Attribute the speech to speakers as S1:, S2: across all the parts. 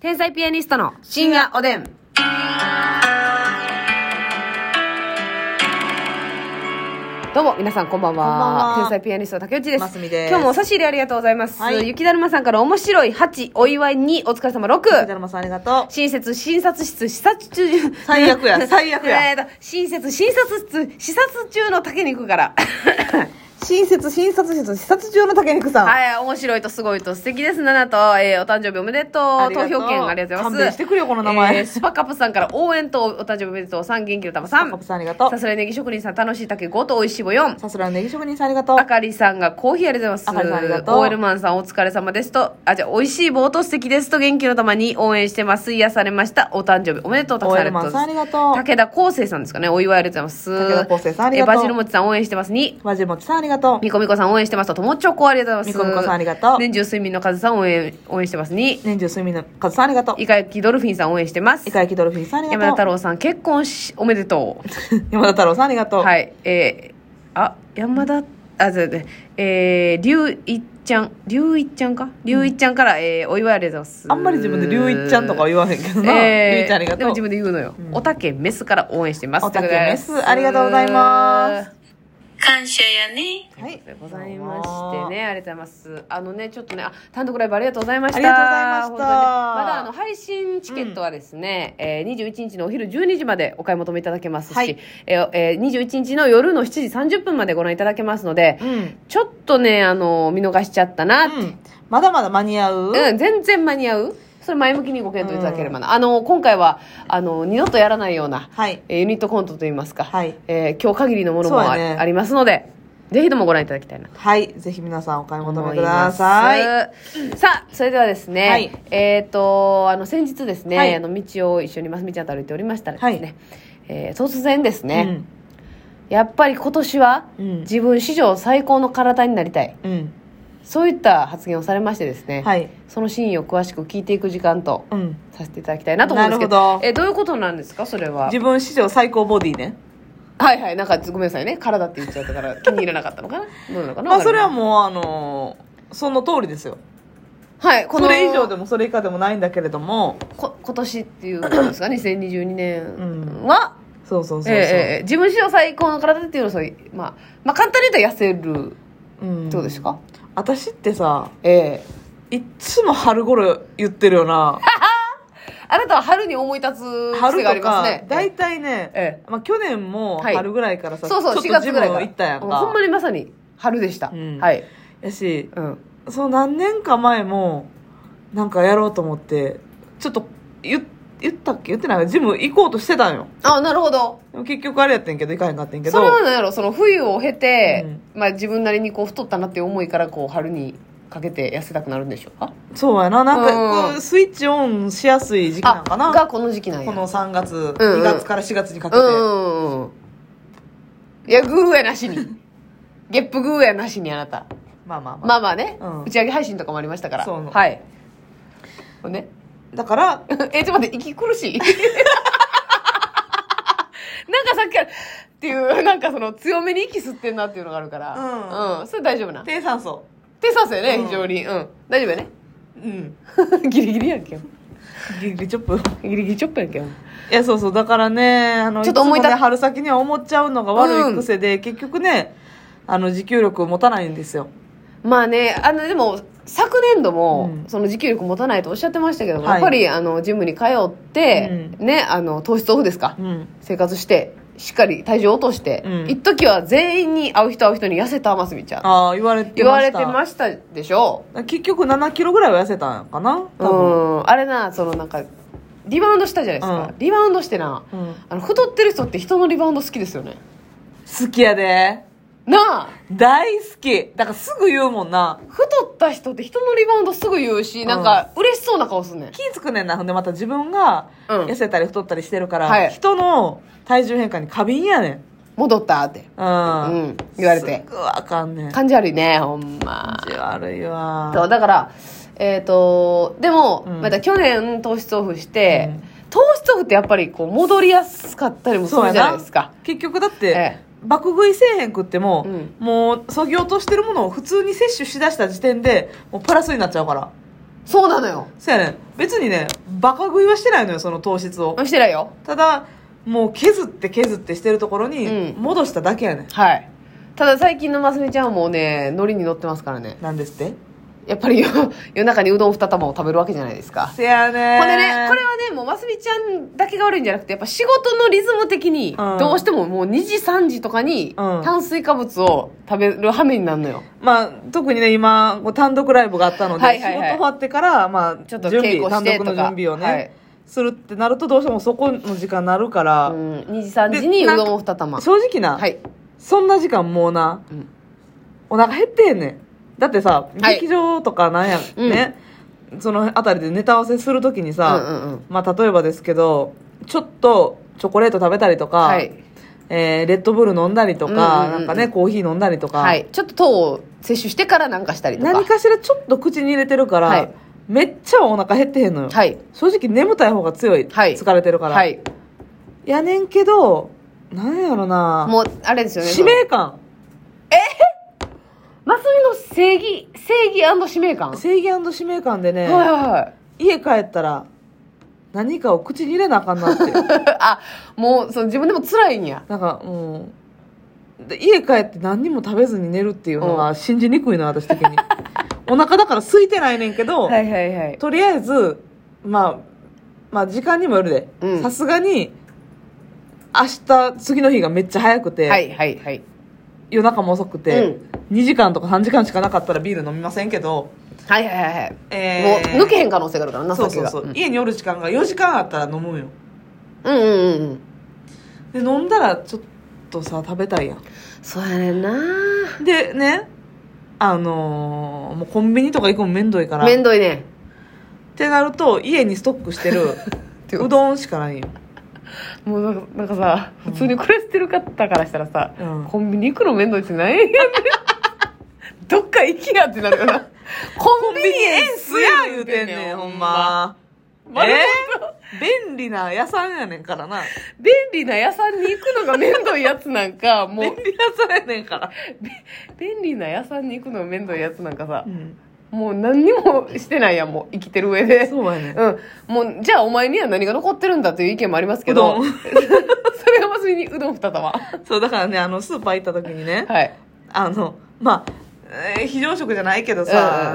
S1: 天才ピアニストの
S2: 深夜おでん。
S1: どうも皆さんこんばんは
S2: こんばんは
S1: 天才ピアニストの竹内です,、
S2: ますみです
S1: 今日もお差し入れありがとうございます、
S2: はい
S1: 雪だるまさんから面白い8お祝い2お疲れ様
S2: だ
S1: 6
S2: るまさんありがとう。
S1: 親切診察室視察中
S2: 最悪や最悪や
S1: えーと親切診察室視察中の竹肉から
S2: 親切、診察室、視察中の竹肉さん。い。
S1: はい面白いとすごいと素敵ですななと、えーお誕生日おめでと
S2: あ
S1: う
S2: りがとう
S1: 投票券ありがとうございます
S2: 勘弁してくれよこの名前
S1: えースパカップさんから応援とお誕生日おめでとう3元気の玉さん
S2: カップさんありがとう
S1: さ。すらいネギ職人さん楽しい竹5とおいしい棒4
S2: さすらいのネギ職人さんありがとう
S1: あ。かりさんがコーヒーありがとうござい
S2: あかりさんあり
S1: ま
S2: が
S1: す。
S2: とう
S1: オールマンさんお疲れ様ですと、あ、じゃあ、美味しい棒と素敵ですと元気の玉に応援してます。癒されました。お誕生日おめでとう。たくさんありがとうござい
S2: オ
S1: ま
S2: ールマン
S1: す。
S2: さんありがとう
S1: 武田康生さんですかね。お祝いありがとうございます。
S2: 武田康生さんありがとう
S1: えバジルもちさん応援してますに。
S2: わじもちさんありがとう。
S1: みこみこさん応援してますと、ともちょこありがとうございます。
S2: みこみこさんありがとう
S1: 年中睡眠のカズさん応援、応援してますに。
S2: 年中睡眠のカズさんありがとう。
S1: イカ焼きドルフィンさん応援してます
S2: イ。カ焼きドルフィンさんありがとう。
S1: 山田太郎さん結婚し、おめでとう。
S2: 山田太郎さんありがとう。
S1: はい、えー、あ、山田、あ、そうだね、えー、龍一ちゃん、龍一ちゃんか龍一ちゃんから、えー、お祝いありがとうございます。
S2: あんまり自分で龍一ちゃんとかは言わへん けどな。
S1: えー
S2: 龍一ちゃんありが
S1: でも自。
S2: とう
S1: 分で言うのよ。おたけメスから応援してます。
S2: おたけ
S1: ということで
S2: メスありがとうございます。
S3: 感謝やね。
S1: は
S2: はいい、
S1: ございましてね、ありがとうございます。あのね、ちょっとね、あ、単独ライブありがとうございました。
S2: ありがとうございまし
S1: 本
S2: た
S1: 当にねまだあの配信チケットはですね、えー、21日のお昼12時までお買い求めいただけますし、
S2: はい
S1: えーえー、21日の夜の7時30分までご覧いただけますので、
S2: うん。
S1: ちょっとね、あの、見逃しちゃったなって。
S2: うん。まだまだ間に合う。
S1: うん、全然間に合う。それ前向きにご検討いただければな。あの、今回は、あの、二度とやらないような、
S2: はい。
S1: えーユニットコントといいますか、
S2: はい
S1: えー今日限りのものも
S2: そう
S1: あ,、
S2: やね
S1: りますので、ぜひともご覧いただきたいなと
S2: はい。ぜひ皆さんお買い求
S1: 思
S2: め
S1: い
S2: く
S1: ま
S2: だ
S1: す。
S2: さい。
S1: さあ、それではですね、
S2: はい
S1: えっ、と、あの、先日ですね、
S2: はい
S1: あの、道を一緒にますみちゃんと歩いておりましたらですね、
S2: は
S1: えー突然ですね、やっぱり今年は、
S2: うん
S1: 自分史上最高の体になりたい。
S2: うん。うん。
S1: そういった発言をされましてですね、
S2: はい。
S1: その真意を詳しく聞いていく時間と
S2: うん。
S1: させていただきたいなと思うんですけど
S2: なるほど
S1: えどういうことなんですかそれは
S2: 自分史上最高ボディね。
S1: はいはいなんかごめんなさいね体って言っちゃった から気に入らなかったのかなどうなのかな
S2: まあそれは
S1: わか
S2: もうあのーその通りですよ。
S1: らないはいこ
S2: そ
S1: の
S2: れ以上でもそれ以下でもないんだけれども、
S1: こ今年っていうことですか2022年
S2: ん
S1: は、
S2: そうそうそう
S1: え
S2: そう。
S1: えええ自分史上最高の体っていうのはそういう、まあ、まあ簡単に言うと痩せる
S2: うん
S1: どうですか、
S2: 私ってさ、
S1: ええ
S2: いっつも春頃言ってるよな。
S1: あなたは春に思い立つ
S2: 春
S1: 癖があ
S2: と
S1: ります
S2: か
S1: ね、
S2: 大体ね、
S1: え
S2: まあ去年も
S1: はい
S2: 春ぐらいからさ、
S1: そうそう
S2: ち
S1: 4
S2: ょっと
S1: 月
S2: ジ
S1: ぐ
S2: ム
S1: らいから
S2: 行ったやんか。
S1: ほんまにまさに春でした、
S2: うん
S1: はい、
S2: やし、
S1: うん、
S2: その何年か前も、なんかやろうと思って、ちょっと言っ言ったっけ言ってないジム行こうとしてたんよ。
S1: あなるほど
S2: でも結局あれやってんけど、行かへんかってんけど。
S1: それは何やろその冬を経て、
S2: う
S1: まあ、自分なりにこう太ったなっていう思いからこう春にかけて痩せたくなるんでしょうか
S2: そうやな。なん
S1: う
S2: か、
S1: ん
S2: こうスイッチオンしやすい時期なんか
S1: あ
S2: な。
S1: がこの時期なんや
S2: この3月、
S1: んうん
S2: 2月から4月にかけ
S1: う
S2: て。
S1: んうんうんいやグーやなしに ゲップグーやなしにあなた
S2: まあまあまあ。
S1: まあまあね、
S2: うん
S1: 打ち上げ配信とかもありましたから
S2: そうなの
S1: はいほんで
S2: だから、
S1: えちょっと待って息苦しい なんかさっきからっていうなんかその強めに息吸ってんなっていうのがあるから
S2: うん
S1: うん、それ大丈夫な
S2: 低酸素。
S1: 手さすよね、
S2: うん
S1: 非常に。うん。大丈夫やね。
S2: うん。
S1: ギリギリやんけ。
S2: ギリギリチョップ。
S1: ギリギリチョップやんけ。
S2: いや、そうそう。だからね、あの、
S1: ちょっと思い立
S2: つもね春先には思っちゃうのが悪い癖で、結局ね、あの、持久力を持たないんですよ。
S1: まあね、あの、でも、昨年度も、
S2: うん
S1: その持久力持たないとおっしゃってましたけども、
S2: はい
S1: やっぱり、あの、ジムに通って、
S2: う
S1: ね、あの、糖質オフですか、
S2: うん。
S1: 生活して、しっかり体重落として、
S2: うん
S1: 一時は全員に会う人会う人に痩せた、ますみちゃん。
S2: ああ、言われてました。
S1: 言われてましたでしょ
S2: 結局7キロぐらいは痩せたんかな
S1: う
S2: 多分。
S1: ん。あれな、そのなんか、リバウンドしたじゃないですか。
S2: うん
S1: リバウンドしてな、
S2: うん
S1: あの、太ってる人って人のリバウンド好きですよね。
S2: 好きやで。
S1: なあ
S2: 大好き。だからすぐ言うもんな。
S1: 太った人って人のリバウンドすぐ言うし、なんか嬉しそうな顔すんねん。
S2: 気ぃつくねんな。ほんでまた自分が
S1: うん
S2: 痩せたり太ったりしてるから、
S1: はい
S2: 人の体重変化に過敏やねん。うん。
S1: 戻ったって。うん言われて
S2: すぐわかんねん。感
S1: 感じ悪いね、ほんま。
S2: じ悪いわ。
S1: そう、だから、えっ、と、でも、
S2: うん
S1: また去年糖質オフして、
S2: うん
S1: 糖質オフってやっぱりこう戻りやすかったりもするじゃないですか。
S2: 結局だって、
S1: え
S2: 爆食いせえへんくっても、
S1: うん
S2: もう、そぎ落としてるものを普通に摂取しだした時点で、もうプラスになっちゃうから。
S1: そうなのよ。
S2: そうやねん別にね、バカ食いはしてないのよその糖質を
S1: 押してないよ
S2: ただもう削って削ってしてるところに
S1: うん
S2: 戻しただけやねん、
S1: はいただ最近のますみちゃんはもうねノリに乗ってますからね
S2: なんですって
S1: やっぱりよ夜中にうどん2玉を食べるわけじゃないですか
S2: せやね
S1: ほんでね、これはね、もう、ますみちゃんだけが悪いんじゃなくて、やっぱ仕事のリズム的に、
S2: うん
S1: どうしてももう2時、3時とかに、
S2: うん
S1: 炭水化物を食べる羽目になるのよ。
S2: まあ、特にね、今、こう単独ライブがあったので、
S1: はいはいはい
S2: 仕事終わってから、まあ、
S1: ちょっと稽
S2: 準備、
S1: 古し
S2: 単
S1: て
S2: 独
S1: と
S2: の
S1: か
S2: 準備をね、
S1: はい
S2: するってなると、どうしてもそこの時間になるか
S1: う
S2: ら、
S1: ん、2時、3時にう
S2: で
S1: どんを2玉。
S2: 正直な、
S1: はい。
S2: そんな時間もうな、
S1: うん
S2: お腹減ってんねん。だってさ、
S1: はい
S2: 劇場とかなんや、
S1: うん
S2: ね、そのあたりでネタ合わせするときに
S1: うん
S2: さ、
S1: うんうん。
S2: まあ、例えばですけど、ちょっとチョコレート食べたりとか、
S1: はい。
S2: えーレッドブル飲んだりとか、
S1: うんうんうんうん
S2: なんかね、コーヒー飲んだりとか、
S1: はい。ちょっと糖を摂取してからなんかしたりとか。
S2: 何かしらちょっと口に入れてるから、
S1: はい
S2: めっちゃお腹減ってへんのよ、
S1: はい。
S2: 正直眠たい方が強い、
S1: はい
S2: 疲れてるから、
S1: はい。
S2: やねんけどなんやろな
S1: もう、あれですよね。
S2: 使命感
S1: ますみの正義、正義使命感。はい
S2: 正義使命感で
S1: は
S2: ね、
S1: いはい。
S2: 家帰ったら何かを口に入れなあかんなって
S1: あ、もう、その自分でも辛いんや。
S2: なんかうんで家帰って何にも食べずに寝るっていうの
S1: う
S2: は信じにくいな私的にお腹だから空いてないねんけど、
S1: はいはいはい。
S2: とりあえず、まあ、まあ時間にもよるで
S1: うん
S2: さすがに明日次の日がめっちゃ早くて、
S1: はいはいはい。
S2: 夜中も遅くて、
S1: うん
S2: 2時間とか3時間しかなかったらビール飲みませんけど、
S1: はいはいはいはい。
S2: え
S1: もう
S2: ー
S1: 抜けへん可能性があるからな、
S2: そう
S1: 酒
S2: そう
S1: が。
S2: そう、
S1: ん
S2: 家におる時間が4時間あったら飲むんよ
S1: うんうんうんうん。
S2: で飲んだらちょっとさ食べたいやん
S1: そうやねんな
S2: でねあのーもうコンビニとか行くのめんどいから
S1: めん
S2: っ
S1: どいね。
S2: てなると家にストッ クしてる
S1: てこと
S2: うどんしかないんよ
S1: もうなんかなんかさ、普通に暮らしてる方からしたらさ、
S2: うん
S1: コンビニ行くのめんどいってないや ねん。どっか行きやってなるよな。コンビニエンスや
S2: 言うてんねんほん。ま
S1: 丸ごと
S2: え便利な屋さんやねんからな
S1: 便利な屋さんに行くのがめんどいやつなん か、も
S2: 便
S1: う、
S2: 利屋さんやねんから、
S1: 便利な屋さんに行くのめんどいやつなんかさ
S2: う、ん、
S1: もう何にもしてないやん、もう生きてる上で。
S2: そうやねん
S1: うん、もうじゃあお前には何が残ってるんだという意見もありますけど
S2: うどん
S1: それがまずにうどん二玉は
S2: そうだからねあのスーパー行った時にね
S1: い
S2: あのまあえー非常食じゃないけどさ、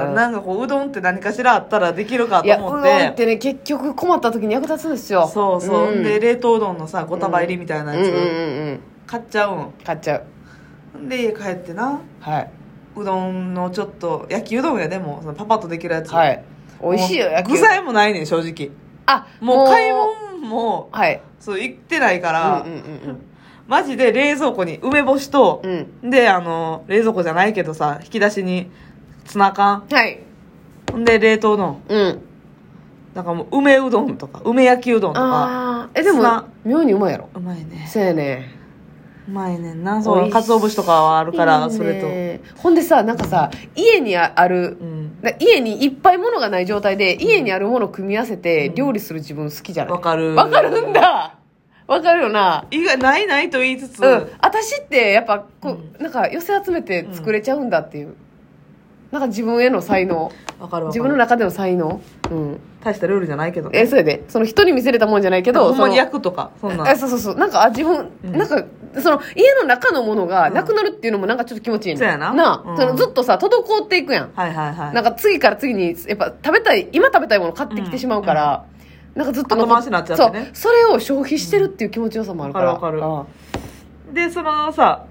S1: うんうんうん
S2: なんかこううどんって何かしらあったらできるか
S1: い
S2: と
S1: やうど
S2: 思
S1: ん
S2: っ
S1: っててね結局困った時に役立つんですよ
S2: そうそう、
S1: ん
S2: で冷凍うどんのさ5束入りみたいなや
S1: うんうんう
S2: つ
S1: んうん
S2: 買っちゃうん
S1: 買っちゃう
S2: で家帰ってな
S1: はいう
S2: どんのちょっと焼きうどんやでもそのパパッとできるやつ、
S1: はい美味しいよ
S2: もう
S1: 焼き
S2: 具
S1: うどん
S2: 材もないねん正直
S1: あ
S2: もう買い物も
S1: はい
S2: そう行ってないから、
S1: うんうんうん
S2: マジで冷蔵庫に梅干しと
S1: う、ん
S2: であの冷蔵庫じゃないけどさ引き出しにツナ缶
S1: うんはい
S2: ほんで冷凍うどん
S1: うん
S2: なんかもう梅うどんとか梅焼きうどんとか
S1: ああーえでも
S2: 砂
S1: 妙にうまいやろ
S2: うまいね
S1: そうやね
S2: うまいねんな
S1: 美
S2: そ
S1: 味
S2: う
S1: しい
S2: かつお節とかはあるから
S1: いい
S2: それと
S1: ねほんでさなんかさ家にあある
S2: うん
S1: だ家にいっぱいものがない状態で家にあるものを組み合わせて
S2: うん
S1: 料理する自分好きじゃない
S2: わかる
S1: わかるんだわかるよな
S2: 意外ないないと言いつつ、
S1: うん私ってやっぱこう、
S2: う
S1: なんか寄せ集めて作れちゃうんだっていう、なんか自分への才能
S2: わかるわ
S1: 自
S2: か
S1: 分の
S2: る
S1: 中での才能うん
S2: 大したルールじゃないけど
S1: えそれでその人に見せれたもんじゃないけ
S2: け
S1: ど
S2: どほんまに
S1: その
S2: 焼くとかそんな
S1: えそうそうそうなんかあ自分、
S2: うん
S1: なんかその家の中のものが
S2: うん
S1: なくなるっていうのもなんかちょっと気持ちいいね
S2: そうやな
S1: なあ、
S2: うん
S1: そのずっとさ滞っていくやん
S2: はいはいはい
S1: なんか次から次にやっぱ食べたい今食べたいもの買ってきてしまうから、なんかずっと残っ
S2: 後回しになっちゃってね
S1: そうそれを消費してるっていう気持ちよさもあるから、
S2: わかる
S1: あ
S2: わでそのさ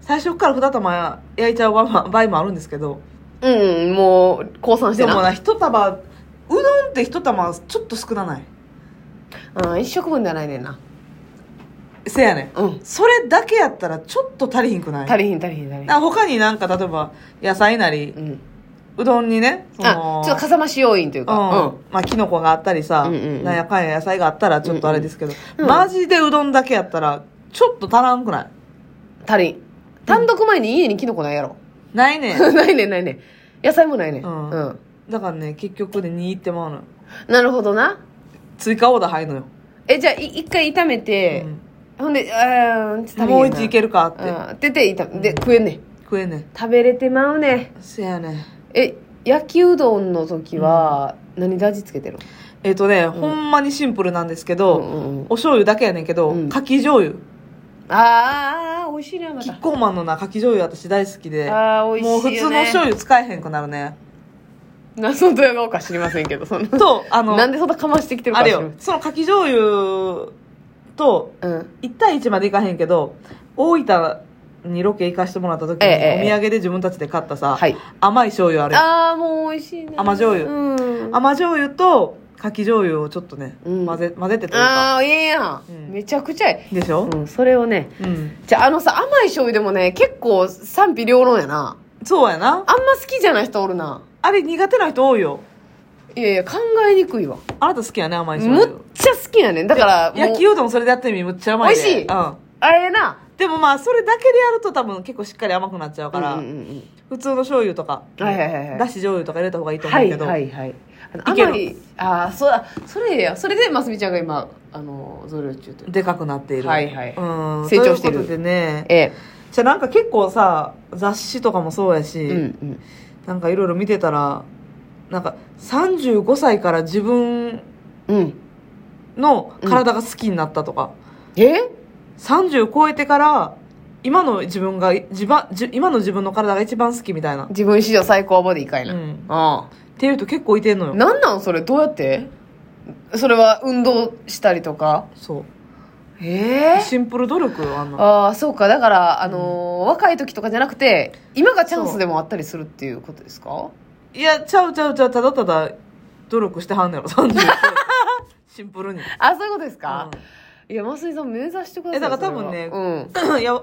S2: 最初から2玉焼いちゃう場合も場合もあるんですけど
S1: あうんもう降参して
S2: でも
S1: な
S2: な一束うどんって一玉ちょっと少なない
S1: うん、一食分ではないねんな
S2: せやね
S1: うん
S2: んそれだけやったらちょっと足りひんくない
S1: 足りひん足りひん足りひん
S2: なんか他になんか例えば野菜なり
S1: うん、
S2: うどんにねそ
S1: あ
S2: の
S1: ちょっとかさ増し要因という
S2: うん
S1: か
S2: まあ、キノコがあったりさ、
S1: うんうんうん
S2: なんやかんや野菜があったらちょっとあれですけど、
S1: うんうん
S2: マジでうどんだけやったらちょっと足らんくない
S1: うん足りん単独前に家にキノコないやろ、
S2: ないねん
S1: ないねんないねん野菜もないねん、
S2: うん
S1: うん、
S2: だからね結局で握ってまうのよ
S1: なるほどな
S2: 追加オーダー入るのよ、
S1: えじゃあい一回炒めて、ほんであーちょっと足りへんな
S2: もう一いけるかって、
S1: うんってて炒めで食えんねん
S2: 食えんねん
S1: 食べれてまうね
S2: せやねん
S1: え焼きうどんの時は、何ダジつけてる
S2: えっ、とね、ほんまにシンプルなんですけど、
S1: うんうんうん
S2: お醤油だけやねんけど、
S1: うん
S2: かき醤油
S1: あーあー美味しいなま
S2: キ
S1: た
S2: ッコーマンのなかき醤油私大好きで
S1: あー美味しいよね
S2: もう普通の醤油使えへんくなるね
S1: 謎のドヤ顔か知りませんけどその
S2: とあ の
S1: なんでそんなかましてきてるか
S2: あれ
S1: 知り
S2: よ
S1: ません
S2: そのかき醤油と
S1: うん
S2: 1対1までいかへんけど大分にロケ行かしてもらった時に、
S1: ええええ
S2: お土産で自分たちで買ったさ、
S1: はい
S2: 甘い醤油あれ
S1: ああもう美味しいな
S2: 甘醤油
S1: うん
S2: 甘醤油とかき醤油をちょっとね、
S1: うん
S2: 混ぜ混ぜてというか
S1: ああいいやん、
S2: うん
S1: めちゃくちゃいい、
S2: でしょ、
S1: うん、それをね
S2: うん
S1: じゃああのさ甘い醤油でもね結構賛否両論やな
S2: そうやな
S1: あんま好きじゃない人おるな
S2: あれ苦手な人多いよ
S1: いやいや考えにくいわ
S2: あなた好きやね甘い醤
S1: むっ
S2: 油
S1: ちゃ好きやねんだからもう
S2: 焼きうどんそれでやってみむっちゃ甘いで
S1: 美味しい
S2: うん、
S1: あれな
S2: でもまあそれだけでやると多分結構しっかり甘くなっちゃうから、
S1: うんうんうん
S2: 普通の醤油とか、
S1: はいはいはいはい
S2: だし醤油とか入れた方がいいと思
S1: は
S2: う
S1: い
S2: けど、
S1: はいはいあの
S2: いける
S1: 甘いああそうだそれやそれでますみちゃんが今あの増量中という
S2: でかくなっている
S1: はいはい
S2: うん
S1: 成長してる
S2: ということでね
S1: え
S2: じゃあなんか結構さ雑誌とかもそうやし、
S1: えうん
S2: なんかいろいろ見てたらなんか35歳から自分
S1: うんうん
S2: の体が好きになったとか、
S1: え
S2: 30超えてから今の自分が自ばじ今の自分の体が一番好きみたいな、
S1: 自分史上最高ボディかいな、
S2: うん
S1: あ
S2: っていうと結構いてんの
S1: あ
S2: よ
S1: なんなんそれどうやってそれは運動したりとか
S2: そう
S1: ええ
S2: シンプル努力よあんな
S1: ああそうかだから、あのー若い時とかじゃなくて今がチャンスでもあったりするっていうことですか
S2: いやちゃうちゃうちゃうただただ努力してはんのやろ30シンプルに、
S1: あそういうことですか、
S2: う
S1: いや増井さん目指してください
S2: えだから
S1: それは
S2: 多分ね
S1: うん
S2: ん いや